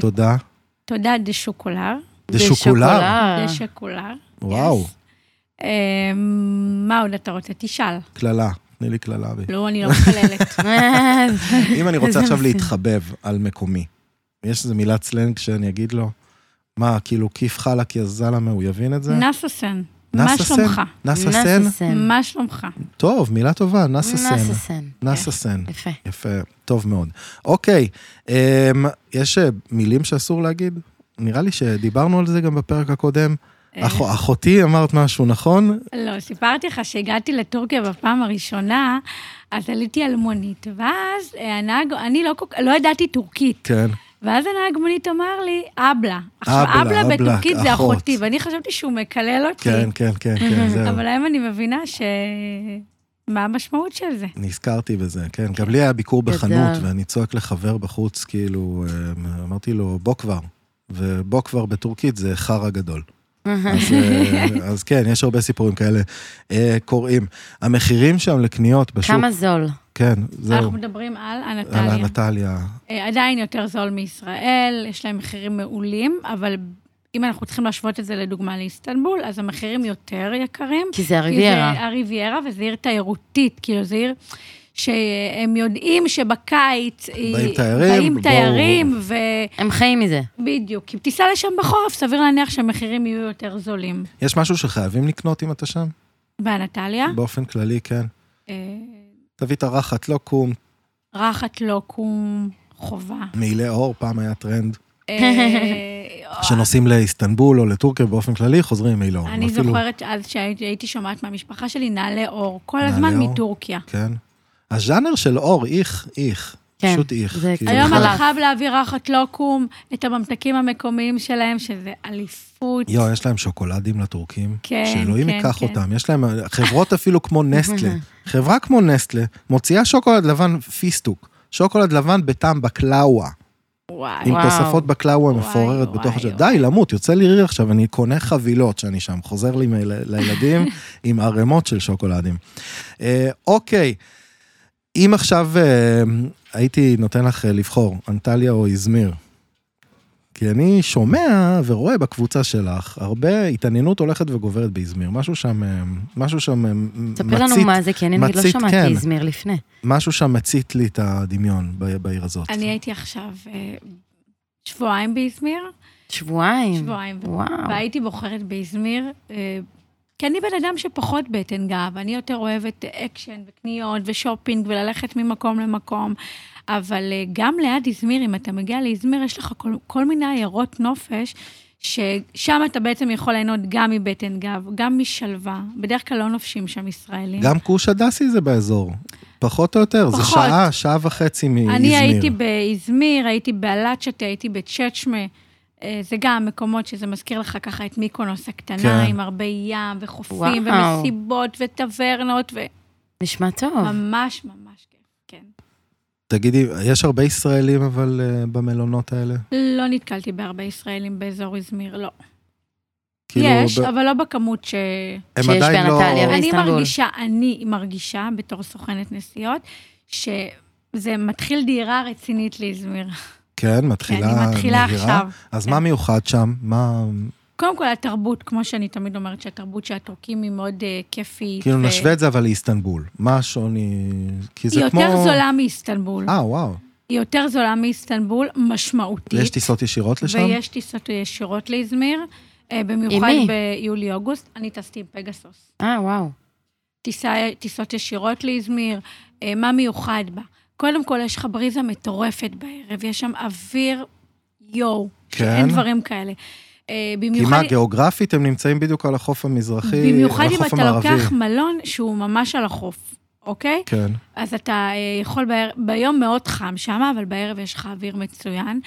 Speaker 1: תודה.
Speaker 2: תודה דה שוקולר.
Speaker 1: זה שוקולר,
Speaker 3: אה.
Speaker 2: דה שוקולר.
Speaker 1: וואו,
Speaker 2: Yes. אה, מה עוד אתה רוצה? תשאל.
Speaker 1: קללה, תני לי קללה. בי.
Speaker 2: לא, אני לא מקללת.
Speaker 3: אה,
Speaker 1: אם אני רוצה
Speaker 3: איזה
Speaker 1: עכשיו
Speaker 3: מפחיד.
Speaker 1: להתחבב על מקומי, יש איזו מילת סלנג שאני אגיד לו, מה, כאילו כיף חלק יא זלמה, הוא יבין את זה?
Speaker 2: נססן, מה
Speaker 1: נסה סן?
Speaker 2: שלומך?
Speaker 1: נסה סן?
Speaker 3: נססן.
Speaker 2: מה שלומך?
Speaker 1: טוב, מילה טובה, נסה סן.
Speaker 3: נססן.
Speaker 1: נסה סן.
Speaker 3: כן. יפה.
Speaker 1: יפה, טוב מאוד. אוקיי, אמ, יש אה, מילים שאסור להגיד? נראה לי שדיברנו על זה גם בפרק הקודם.
Speaker 2: אה,
Speaker 1: אח, אחותי אמרת משהו, נכון?
Speaker 2: לא, סיפרתי לך שהגעתי לטורקיה בפעם הראשונה, אז עליתי על מונית, ואז אה, הנהג, אני לא, כל- לא ידעתי טורקית.
Speaker 1: כן.
Speaker 2: ואז הנהג מונית אמר לי, אבלה. עכשיו,
Speaker 1: אבלה,
Speaker 2: אבלה
Speaker 1: אבלה,
Speaker 2: בטורקית זה
Speaker 1: אחות.
Speaker 2: אחותי, ואני חשבתי שהוא מקלל אותי.
Speaker 1: כן, כן, כן, כן, זהו.
Speaker 2: אבל היום אני מבינה ש... מה המשמעות של זה?
Speaker 1: נזכרתי בזה, כן. גם לי היה ביקור
Speaker 3: גדול.
Speaker 1: בחנות, ואני צועק לחבר בחוץ, כאילו, אמ, אמרתי לו, בוא כבר. ובוא כבר בטורקית זה חרא גדול. אז, אה, אז כן, יש הרבה סיפורים כאלה אה, קוראים. המחירים שם לקניות בשוק,
Speaker 3: כמה זול.
Speaker 1: כן, זהו.
Speaker 2: אנחנו מדברים על
Speaker 1: על
Speaker 2: אנטליה.
Speaker 1: הנטליה.
Speaker 2: אה, עדיין יותר זול מישראל, יש להם מחירים מעולים, אבל אם אנחנו צריכים להשוות את זה לדוגמה לאיסטנבול, אז המחירים יותר יקרים.
Speaker 3: כי זה
Speaker 2: כי
Speaker 3: הריביירה.
Speaker 2: זה הריביירה, וזו עיר תיירותית, כאילו, זו עיר שהם יודעים שבקיץ... היא-
Speaker 1: באים תיירים,
Speaker 2: באים
Speaker 1: בואו.
Speaker 2: תיירים, ו...
Speaker 3: הם חיים מזה.
Speaker 2: בדיוק. כי תיסע לשם בחורף, סביר להניח שהמחירים יהיו יותר זולים.
Speaker 1: יש משהו שחייבים לקנות אם אתה שם?
Speaker 2: באנטליה,
Speaker 1: באופן כללי, כן.
Speaker 2: אה,
Speaker 1: תביא את הרחת, לא קום,
Speaker 2: רחת לוקום, לא חובה.
Speaker 1: מעילי אור, פעם היה טרנד.
Speaker 2: אה,
Speaker 1: כשנוסעים לאיסטנבול או לטורקיה באופן כללי, חוזרים עם מעילי אור.
Speaker 2: אני
Speaker 1: אפילו-
Speaker 2: זוכרת אז שהייתי שומעת מהמשפחה שלי נעלי אור, כל
Speaker 1: נעלי
Speaker 2: הזמן
Speaker 1: אור?
Speaker 2: מטורקיה.
Speaker 1: כן. הז'אנר של אור, איך, איך.
Speaker 3: כן,
Speaker 1: פשוט איך.
Speaker 3: זה
Speaker 1: כאילו,
Speaker 2: היום
Speaker 1: חלק.
Speaker 2: אתה חייב להביא רחת לוקום, את הממתקים המקומיים שלהם, שזה אליפות.
Speaker 1: יואו, יש להם שוקולדים לטורקים.
Speaker 2: כן,
Speaker 1: שאלוהים
Speaker 2: כן,
Speaker 1: ייקח
Speaker 2: כן.
Speaker 1: אותם. יש להם, חברות אפילו כמו נסטלה. חברה כמו נסטלה מוציאה שוקולד לבן פיסטוק. שוקולד לבן בטעם בקלאווה.
Speaker 2: וואי.
Speaker 1: עם
Speaker 3: וואו.
Speaker 1: תוספות בקלאווה
Speaker 2: וואי,
Speaker 1: מפוררת בתוך
Speaker 2: וואי,
Speaker 1: השם.
Speaker 2: וואי.
Speaker 1: די, למות, יוצא לי ריר עכשיו, אני קונה חבילות שאני שם. חוזר לי מ- לילדים עם ערימות של שוקולדים. אה, אוקיי, אם עכשיו אה, הייתי נותן לך אה, לבחור, אנטליה או איזמיר, כי אני שומע ורואה בקבוצה שלך הרבה התעניינות הולכת וגוברת באיזמיר. משהו שם, אה, משהו שם אה,
Speaker 3: תספר לנו
Speaker 1: מצית,
Speaker 3: מה זה, כי אני נגיד לא
Speaker 1: מצית,
Speaker 3: שמעתי
Speaker 1: כן.
Speaker 3: איזמיר לפני.
Speaker 1: משהו שם מצית לי את הדמיון ב- בעיר הזאת.
Speaker 2: אני הייתי עכשיו אה, שבועיים באזמיר,
Speaker 3: שבועיים.
Speaker 2: שבועיים.
Speaker 3: וואו.
Speaker 2: והייתי בוחרת באזמיר, אה, כי אני בן אדם שפחות בטן גב, אני יותר אוהבת אקשן וקניות ושופינג וללכת ממקום למקום, אבל אה, גם ליד אזמיר, אם אתה מגיע לאזמיר, יש לך כל, כל מיני עיירות נופש. ששם אתה בעצם יכול ליהנות גם מבטן גב, גם משלווה. בדרך כלל לא נופשים שם ישראלים.
Speaker 1: גם כוש הדסי זה באזור, פחות או יותר, זה
Speaker 2: כן. פחות.
Speaker 1: שעה, שעה וחצי מאזמיר.
Speaker 2: אני הייתי באזמיר, הייתי באלצ'טה, הייתי בצ'צ'מה. אה, זה גם מקומות שזה מזכיר לך ככה את מיקונוס הקטנה,
Speaker 1: כן.
Speaker 2: כן. עם הרבה ים וחופים
Speaker 3: וואו. אה.
Speaker 2: ומסיבות וטברנות,
Speaker 3: נשמע טוב.
Speaker 2: וממש ממש כיף, כן.
Speaker 1: תגידי, יש הרבה ישראלים אבל אה, במלונות האלה?
Speaker 2: לא נתקלתי בהרבה ישראלים באזור אזמיר, לא.
Speaker 1: כאילו,
Speaker 2: יש,
Speaker 1: ב-
Speaker 2: אבל לא בכמות ש...
Speaker 1: הם
Speaker 3: שיש
Speaker 1: עדיין לא-
Speaker 3: באנטליה
Speaker 2: אני
Speaker 3: באיסטנבול.
Speaker 2: מרגישה, אני מרגישה בתור סוכנת נסיעות, שזה מתחיל דהירה רצינית לאזמיר.
Speaker 1: כן,
Speaker 2: אני
Speaker 1: מתחילה
Speaker 2: מתחילה
Speaker 1: מהירה.
Speaker 2: עכשיו.
Speaker 1: אז
Speaker 2: כן.
Speaker 1: מה מיוחד שם? מה,
Speaker 2: קודם כל, התרבות, כמו שאני תמיד אומרת, שהתרבות של הטורקים היא מאוד אה, כיפית.
Speaker 1: כאילו
Speaker 2: ו-
Speaker 1: נשווה את זה אבל לאיסטנבול. מה השוני? כי זה
Speaker 2: היא
Speaker 1: כמו...
Speaker 2: יותר זולה מאיסטנבול.
Speaker 1: אה, וואו.
Speaker 2: היא יותר זולה מאיסטנבול, משמעותית.
Speaker 1: יש טיסות ישירות לשם?
Speaker 2: ויש טיסות ישירות לאזמיר, אה, במיוחד
Speaker 3: עם מי?
Speaker 2: ביולי-אוגוסט. אני טסתי עם פגסוס.
Speaker 3: אה, וואו.
Speaker 2: טיסה, טיסות ישירות לאזמיר, אה, מה מיוחד בה? קודם כל, יש לך בריזה מטורפת בערב, יש שם אוויר יואו,
Speaker 1: כן.
Speaker 2: שאין דברים כאלה. אה,
Speaker 1: כי
Speaker 2: במיוחד...
Speaker 1: מה, גיאוגרפית הם נמצאים בדיוק על החוף המזרחי, על החוף
Speaker 2: במיוחד
Speaker 1: המערבי.
Speaker 2: אם אתה לוקח מלון שהוא ממש על החוף, אוקיי?
Speaker 1: כן.
Speaker 2: אז אתה אה, יכול, בער... ביום מאוד חם שם, אבל בערב יש לך אוויר מצוין.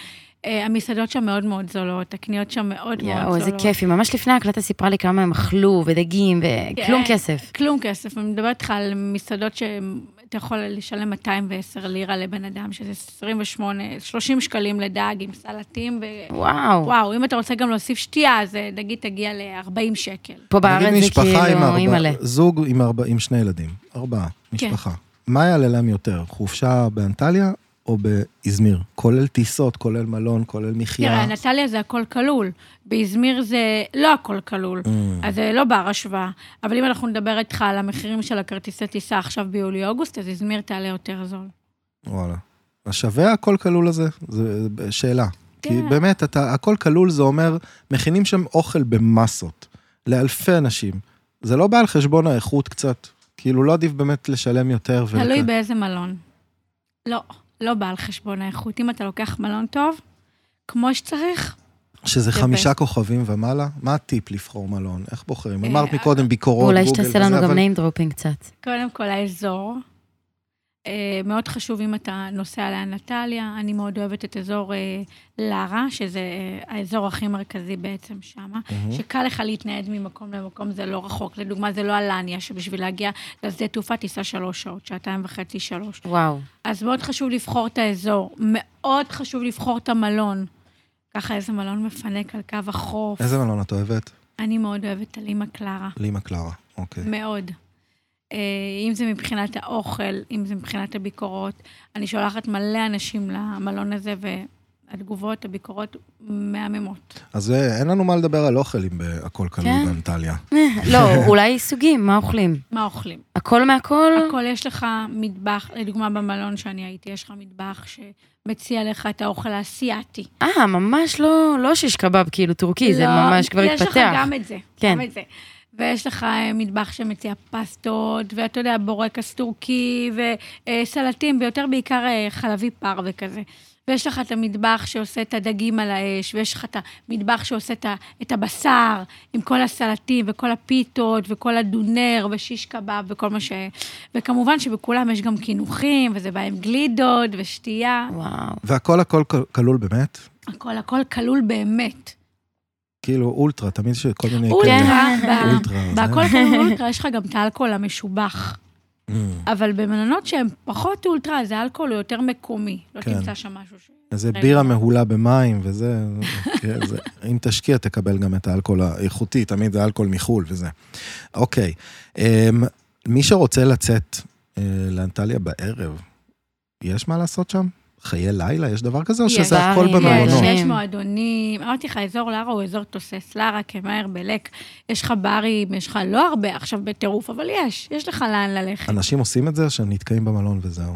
Speaker 2: אה, המסעדות שם מאוד מאוד זולות, הקניות שם מאוד מאוד
Speaker 3: יואו,
Speaker 2: זולות.
Speaker 3: איזה כיף. היא ממש לפני ההקלטה סיפרה לי כמה הם אכלו, ודגים, וכלום
Speaker 2: כן.
Speaker 3: כסף.
Speaker 2: כלום כסף, אני מדברת איתך על מסעדות שאתה יכול לשלם 210 לירה לבן אדם, שזה 28, 30 שקלים לדג עם סלטים, ו...
Speaker 3: וואו.
Speaker 2: וואו, אם אתה רוצה גם להוסיף שתייה, אז אה, נגיד תגיע ל-40 שקל.
Speaker 3: פה בארץ
Speaker 1: נגיד
Speaker 3: זה
Speaker 1: משפחה עם
Speaker 3: כאילו,
Speaker 1: ארבע-
Speaker 3: אימא'לה.
Speaker 1: זוג עם ארבע- עם שני ילדים, ארבעה,
Speaker 2: כן.
Speaker 1: משפחה. מה יעלה להם יותר, חופשה באנטליה או באזמיר? כולל טיסות, כולל מלון, כולל
Speaker 2: תראה,
Speaker 1: מחיה.
Speaker 2: נטליה זה הכל כלול. באזמיר זה לא הכל כלול,
Speaker 1: Mm.
Speaker 2: אז זה לא בר השוואה. אבל אם אנחנו נדבר איתך על המחירים של הכרטיסי טיסה עכשיו ביולי-אוגוסט, אז הזמיר תעלה יותר זול.
Speaker 1: וואלה. אז שווה הכל כלול הזה? זו שאלה. כי
Speaker 2: כן.
Speaker 1: באמת, אתה, הכל כלול זה אומר, מכינים שם אוכל במסות, לאלפי אנשים. זה לא בא על חשבון האיכות קצת. כאילו, לא עדיף באמת לשלם יותר. ו-
Speaker 2: תלוי באיזה מלון. לא, לא בא על חשבון האיכות. אם אתה לוקח מלון טוב, כמו שצריך,
Speaker 1: שזה
Speaker 2: זה
Speaker 1: חמישה
Speaker 2: best.
Speaker 1: כוכבים ומעלה? מה הטיפ לבחור מלון? איך בוחרים?
Speaker 2: אה,
Speaker 1: אמרת מקודם ביקורות, גוגל
Speaker 3: אולי
Speaker 1: וזה,
Speaker 3: שתעשה לנו
Speaker 1: אבל-
Speaker 3: גם name dropping קצת.
Speaker 2: קודם כל האזור. אה, מאוד חשוב אם אתה נוסע לאנטליה, אני מאוד אוהבת את אזור אה, לארה, שזה אה, האזור הכי מרכזי בעצם שם,
Speaker 1: Mm-hmm.
Speaker 2: שקל לך להתנייד ממקום למקום, זה לא רחוק. לדוגמה, זה לא אלניה, שבשביל להגיע לשדה תעופה תיסע שלוש שעות, שעתיים וחצי, שלוש.
Speaker 3: וואו.
Speaker 2: אז מאוד חשוב לבחור את האזור, מאוד חשוב לבחור את המלון. ככה איזה מלון מפנק על קו החוף.
Speaker 1: איזה מלון את אוהבת?
Speaker 2: אני מאוד אוהבת על אימא קלרה.
Speaker 1: לימה קלרה, אוקיי.
Speaker 2: מאוד. אה, אם זה מבחינת האוכל, אם זה מבחינת הביקורות. אני שולחת מלא אנשים למלון הזה, והתגובות, הביקורות, מהממות.
Speaker 1: אז אה, אין לנו מה לדבר על אוכל אם ב- הכל כלול
Speaker 3: כן.
Speaker 1: באנטליה.
Speaker 3: לא, אולי סוגים, מה אוכלים?
Speaker 2: מה אוכלים?
Speaker 3: הכל מהכל?
Speaker 2: הכל, יש לך מטבח, לדוגמה במלון שאני הייתי, יש לך מטבח שמציע לך את האוכל האסייתי.
Speaker 3: אה, ממש לא, לא שיש קבב כאילו טורקי, זה
Speaker 2: לא,
Speaker 3: ממש כבר
Speaker 2: יש לך
Speaker 3: התפתח.
Speaker 2: גם את זה,
Speaker 3: כן.
Speaker 2: גם את זה. ויש לך אה, מטבח שמציע פסטות, ואתה יודע, בורקס טורקי, וסלטים, ויותר בעיקר אה, חלבי פרווה כזה. ויש לך את המטבח שעושה את הדגים על האש, ויש לך את המטבח שעושה את ה- את הבשר, עם כל הסלטים וכל הפיתות וכל הדונר ושיש קבב וכל מה ש... וכמובן שבכולם יש גם קינוחים, וזה בא עם גלידות ושתייה,
Speaker 3: וואו.
Speaker 1: והכל הכל כ- כלול באמת?
Speaker 2: הכל הכל כלול באמת.
Speaker 1: כאילו אולטרה, תמיד יש כל מיני... כאלה.
Speaker 2: אולטרה,
Speaker 3: כן.
Speaker 2: ב-
Speaker 1: אולטרה. זה-
Speaker 2: בהכל כלול אולטרה יש לך גם את האלכוהול המשובח.
Speaker 1: Mm,
Speaker 2: אבל במלונות שהם פחות אולטרה, אז האלכוהול הוא יותר מקומי. לא
Speaker 1: כן.
Speaker 2: תמצא שם משהו ש...
Speaker 1: איזה בירה מהולה במים וזה, כן, זה- אם תשקיע תקבל גם את האלכוהול האיכותי, תמיד זה אלכוהול מחו"ל וזה. אוקיי, אמ, מי שרוצה לצאת אה, לאנטליה בערב, יש מה לעשות שם? חיי לילה, יש דבר כזה או
Speaker 2: יש.
Speaker 1: שזה הכל
Speaker 3: ברים,
Speaker 1: במלונות?
Speaker 3: יש.
Speaker 2: יש כן, מועדונים, אמרתי לך, אזור לארה הוא אזור תוסס, לארה, קמר, בלק, יש לך ברים, יש לך לא הרבה עכשיו בטירוף, אבל יש, יש לך לאן ללכת.
Speaker 1: אנשים עושים את זה או שהם נתקעים במלון וזהו?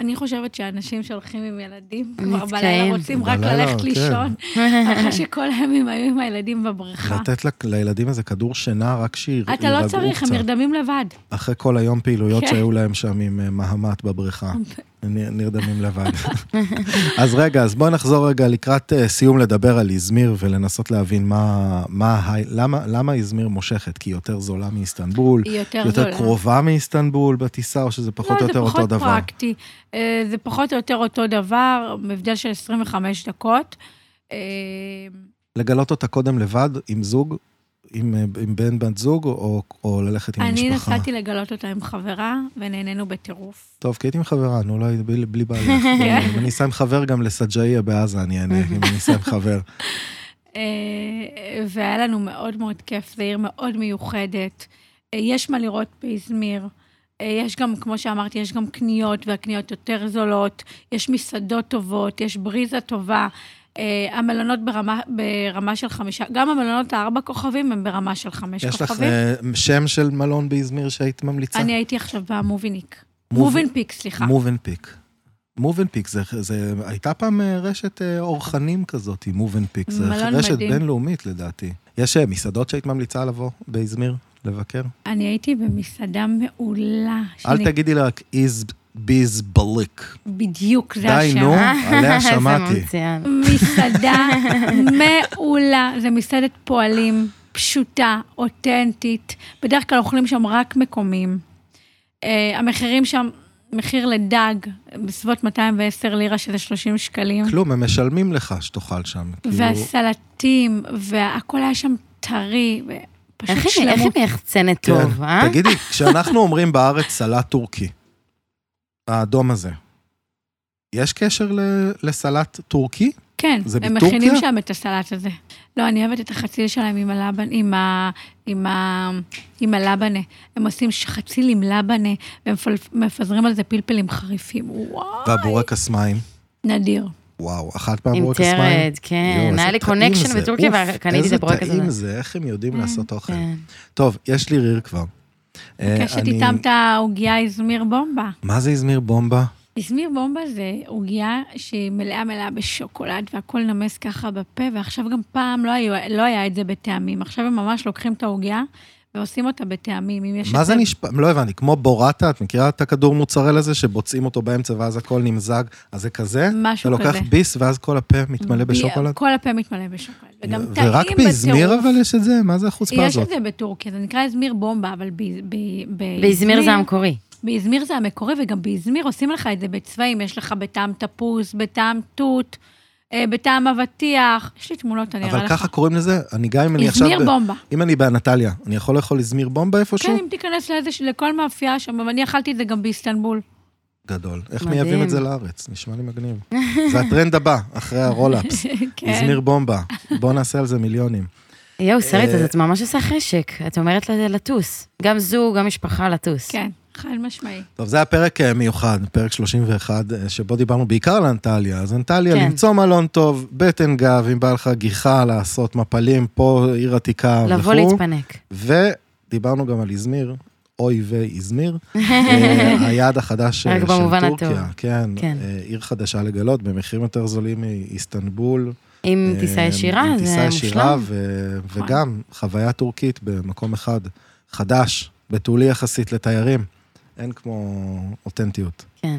Speaker 2: אני חושבת שאנשים שהולכים עם ילדים,
Speaker 3: נתקעים.
Speaker 2: כבר בלילה רוצים רק
Speaker 1: בלילה,
Speaker 2: ללכת
Speaker 1: כן.
Speaker 2: לישון, אחרי שכל הימים היו עם הילדים בבריכה.
Speaker 1: לתת ל- לילדים איזה כדור שינה רק שירגעו
Speaker 2: אה. אתה לא צריך, הם
Speaker 1: קצת.
Speaker 2: נרדמים לבד.
Speaker 1: אחרי כל היום פעילויות
Speaker 2: כן. אוקיי.
Speaker 1: שהיו להם שם עם אה, מהמת בבריכה. נ- נרדמים לבד. אז רגע, אז בואו נחזור רגע לקראת אה, סיום לדבר על איזמיר ולנסות להבין מה, מה, ה- למה, למה איזמיר מושכת? כי היא יותר זולה מאיסטנבול?
Speaker 2: היא יותר
Speaker 1: יותר
Speaker 2: זולה.
Speaker 1: קרובה מאיסטנבול בטיסה, או שזה פחות או יותר
Speaker 2: לא, זה
Speaker 1: אותו
Speaker 2: פחות
Speaker 1: דבר?
Speaker 2: פרקטי. אה, זה פחות או יותר אותו דבר, בהבדל של 25 דקות. אה,
Speaker 1: לגלות אותה קודם לבד, עם זוג, עם, אה, עם בן בת זוג, או, או ללכת עם
Speaker 2: אני
Speaker 1: המשפחה?
Speaker 2: נסעתי לגלות אותה עם חברה, ונהנינו בטירוף.
Speaker 1: טוב, כי הייתי עם חברה, נו, לא, הייתי בלי, בלי בעיה. אם אני שם חבר גם לסג'איה בעזה, אני אענה, אם אני שם חבר.
Speaker 2: אה, והיה לנו מאוד מאוד כיף, זו עיר מאוד מיוחדת. אה, יש מה לראות באזמיר. אה, יש גם, כמו שאמרתי, יש גם קניות, והקניות יותר זולות. יש מסעדות טובות, יש בריזה טובה. אה, המלונות ברמה, ברמה של חמישה, גם המלונות הארבע כוכבים הם ברמה של חמש
Speaker 1: יש
Speaker 2: כוכבים.
Speaker 1: לך אה, שם של מלון באזמיר שהיית ממליצה?
Speaker 2: אני הייתי עכשיו במוביניק.
Speaker 1: מוב-
Speaker 2: מובינפיק, סליחה.
Speaker 1: מובנפיק. מובנפיק, זה, זה, הייתה פעם אה, רשת אה, אורחנים כזאת, מובנפיק. זה
Speaker 2: מלון
Speaker 1: רשת
Speaker 2: מדהים.
Speaker 1: בינלאומית לדעתי. יש אה, מסעדות שהיית ממליצה לבוא באזמיר, לבקר?
Speaker 2: אני הייתי במסעדה מעולה.
Speaker 1: אל
Speaker 2: שאני-
Speaker 1: תגידי לה רק איז ביז בליק.
Speaker 2: Mm. בדיוק, זה
Speaker 1: די,
Speaker 2: השם.
Speaker 1: נו, עליה
Speaker 3: איזה
Speaker 1: שמעתי.
Speaker 3: מצוין.
Speaker 2: מסעדה מעולה. זה מסעדת פועלים, פשוטה, אותנטית. בדרך כלל אוכלים שם רק מקומיים. אה, המחירים שם, מחיר לדג, בסביבות 210 לירה, שזה 30 שקלים.
Speaker 1: כלום, הם משלמים לך שתאכל שם. כאילו,
Speaker 2: והסלטים, והכל היה שם טרי, ופשוט
Speaker 3: איך היא-
Speaker 2: שלמות.
Speaker 3: איך היא מייחצנת טוב,
Speaker 1: כן.
Speaker 3: אה?
Speaker 1: תגידי, כשאנחנו אומרים בארץ סלט טורקי, האדום הזה, יש קשר ל- לסלט טורקי?
Speaker 2: כן,
Speaker 1: זה
Speaker 2: הם
Speaker 1: בטורקיה?
Speaker 2: מכינים שם את הסלט הזה. לא, אני אוהבת את החציל שלהם עם הלבן, עם, ה, עם, ה, עם הלבנה. הם עושים ש- חציל עם לבנה, והם מפל- מפזרים על זה פלפלים חריפים. וואו,
Speaker 1: והבורקס מים? אה,
Speaker 2: נדיר.
Speaker 1: וואו, אחת
Speaker 3: עם
Speaker 1: מהבורקס מים?
Speaker 3: תרד,
Speaker 1: יואו,
Speaker 3: כן.
Speaker 1: איזה
Speaker 3: היה לי
Speaker 1: טעים
Speaker 3: קונקשן
Speaker 1: זה.
Speaker 3: בטורקיה
Speaker 1: אוף,
Speaker 3: וקניתי את הבורקס
Speaker 1: איזה
Speaker 3: הזה.
Speaker 1: טעים זה, איך הם יודעים לעשות אוכל.
Speaker 3: כן.
Speaker 1: טוב, יש לי ריר כבר. אה,
Speaker 2: מבקשת
Speaker 1: אני-
Speaker 2: איתם כן, את העוגיה איזמיר בומבה.
Speaker 1: מה זה איזמיר בומבה?
Speaker 2: איזמיר בומבה זה עוגיה שהיא מלאה מלאה בשוקולד, והכל נמס ככה בפה, ועכשיו גם פעם לא, היו, לא היה את זה בטעמים. עכשיו הם ממש לוקחים את העוגיה ועושים אותה בטעמים. אם יש
Speaker 1: מה
Speaker 2: את
Speaker 1: זה נשפע? לא הבנתי, כמו בורטה, את מכירה את הכדור מוצרל הזה שבוצעים אותו באמצע ואז הכל נמזג? אז זה כזה?
Speaker 2: משהו
Speaker 1: אתה לוקח
Speaker 2: כזה.
Speaker 1: ביס ואז כל הפה מתמלא בשוקולד?
Speaker 2: כל הפה מתמלא בשוקולד. וגם טעים בטירוף.
Speaker 1: ורק באזמיר אבל יש את זה? מה זה החוצפה
Speaker 2: יש
Speaker 1: הזאת?
Speaker 2: את זה בטורקיה, זה נקרא אזמיר בומבה, אבל ב- ב- ב-
Speaker 3: באזמיר זה המקורי.
Speaker 2: באזמיר זה המקורי, וגם באזמיר עושים לך את זה בצבעים, יש לך בטעם תפוס, בטעם תות, אה, בטעם אבטיח, יש לי תמונות, אני אראה
Speaker 1: אבל
Speaker 2: לך.
Speaker 1: ככה קוראים לזה? אני גם אם אני עכשיו...
Speaker 2: אזמיר
Speaker 1: ב-
Speaker 2: בומבה.
Speaker 1: אם אני באנטליה, אני יכול לאכול איזמיר בומבה
Speaker 2: כן,
Speaker 1: איפשהו?
Speaker 2: אם תיכנס לאיזה, ש- לכל מאפייה שם, אבל אני אכלתי את זה גם באיסטנבול.
Speaker 1: גדול. איך
Speaker 3: מדהים.
Speaker 1: מייבאים את זה לארץ? נשמע לי מגניב. זה הטרנד הבא, אחרי הרולאפס.
Speaker 3: כן.
Speaker 2: כן,
Speaker 1: איזמיר בומבה. בוא נעשה על זה מיליונים.
Speaker 3: יואו, שרית,
Speaker 1: אה,
Speaker 3: אז את ממש עושה חשק. את אומרת ל- לטוס. גם זוג, גם משפחה לטוס.
Speaker 2: כן, חד משמעי.
Speaker 1: טוב, זה היה פרק אה, מיוחד, פרק 31, אה, שבו דיברנו בעיקר על אנטליה. אז אנטליה,
Speaker 3: כן.
Speaker 1: למצוא מלון טוב, בטן גב, אם בא לך גיחה, לעשות מפלים, פה עיר עתיקה
Speaker 3: לבוא להתפנק.
Speaker 1: ודיברנו גם על איזמיר, אוי ואיזמיר, אה, היעד החדש אה,
Speaker 3: רק
Speaker 1: של
Speaker 3: במובן הטוב.
Speaker 1: טורקיה. כן,
Speaker 3: כן.
Speaker 1: אה, עיר חדשה לגלות, במחירים יותר זולים מאיסטנבול.
Speaker 3: עם טיסה
Speaker 1: אה,
Speaker 3: ישירה,
Speaker 1: עם
Speaker 3: זה
Speaker 1: טיסה ישירה,
Speaker 3: מושלם.
Speaker 1: ו-
Speaker 2: נכון.
Speaker 1: וגם חוויה טורקית במקום אחד, חדש, בתולי יחסית לתיירים. אין כמו אותנטיות.
Speaker 3: כן.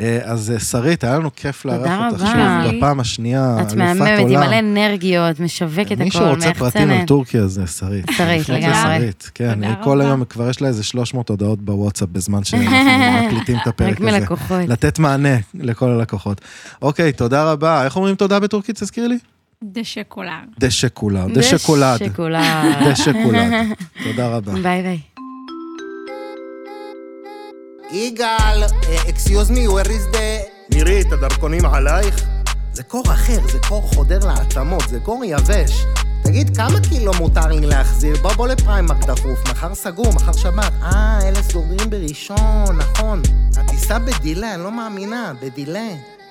Speaker 1: אה, אז אה, שרית, היה לנו כיף
Speaker 3: תודה
Speaker 1: לארח אותך
Speaker 3: רבה.
Speaker 1: שוב בפעם השנייה,
Speaker 3: את מהממת, עם מלא אנרגיות, משווקת
Speaker 1: אה, מי
Speaker 3: הכל,
Speaker 1: שרוצה פרטים על
Speaker 3: מחצנת.
Speaker 1: טורקיה זה שרית.
Speaker 3: שרית,
Speaker 1: מי שרוצה
Speaker 3: לגמרי.
Speaker 1: שרית, כן,
Speaker 2: תודה
Speaker 1: היא כל
Speaker 2: רבה.
Speaker 1: היום, כבר יש לה איזה 300 הודעות בוואטסאפ בזמן שאנחנו מקליטים את הפרק
Speaker 3: רק
Speaker 1: הזה.
Speaker 3: מלקוחות.
Speaker 1: לתת מענה לכל הלקוחות. אוקיי, תודה רבה. איך אומרים תודה בטורקית, תזכירי לי?
Speaker 2: דשא כולם.
Speaker 1: דשקולד. דשקולד.
Speaker 3: דשקולד.
Speaker 1: דשקולד. תודה רבה.
Speaker 3: ביי ביי.
Speaker 4: יגאל, אקסיוז מי, where is the...
Speaker 5: מירי, את הדרכונים עלייך?
Speaker 4: זה קור אחר, זה קור חודר לעצמות, זה קור יבש. תגיד, כמה קילו מותר לי להחזיר? בוא בוא לפריימק דחוף, מחר סגור, מחר שבת. אה, אלה סגורים בראשון, נכון. הטיסה בדילה, אני לא מאמינה, בדילה.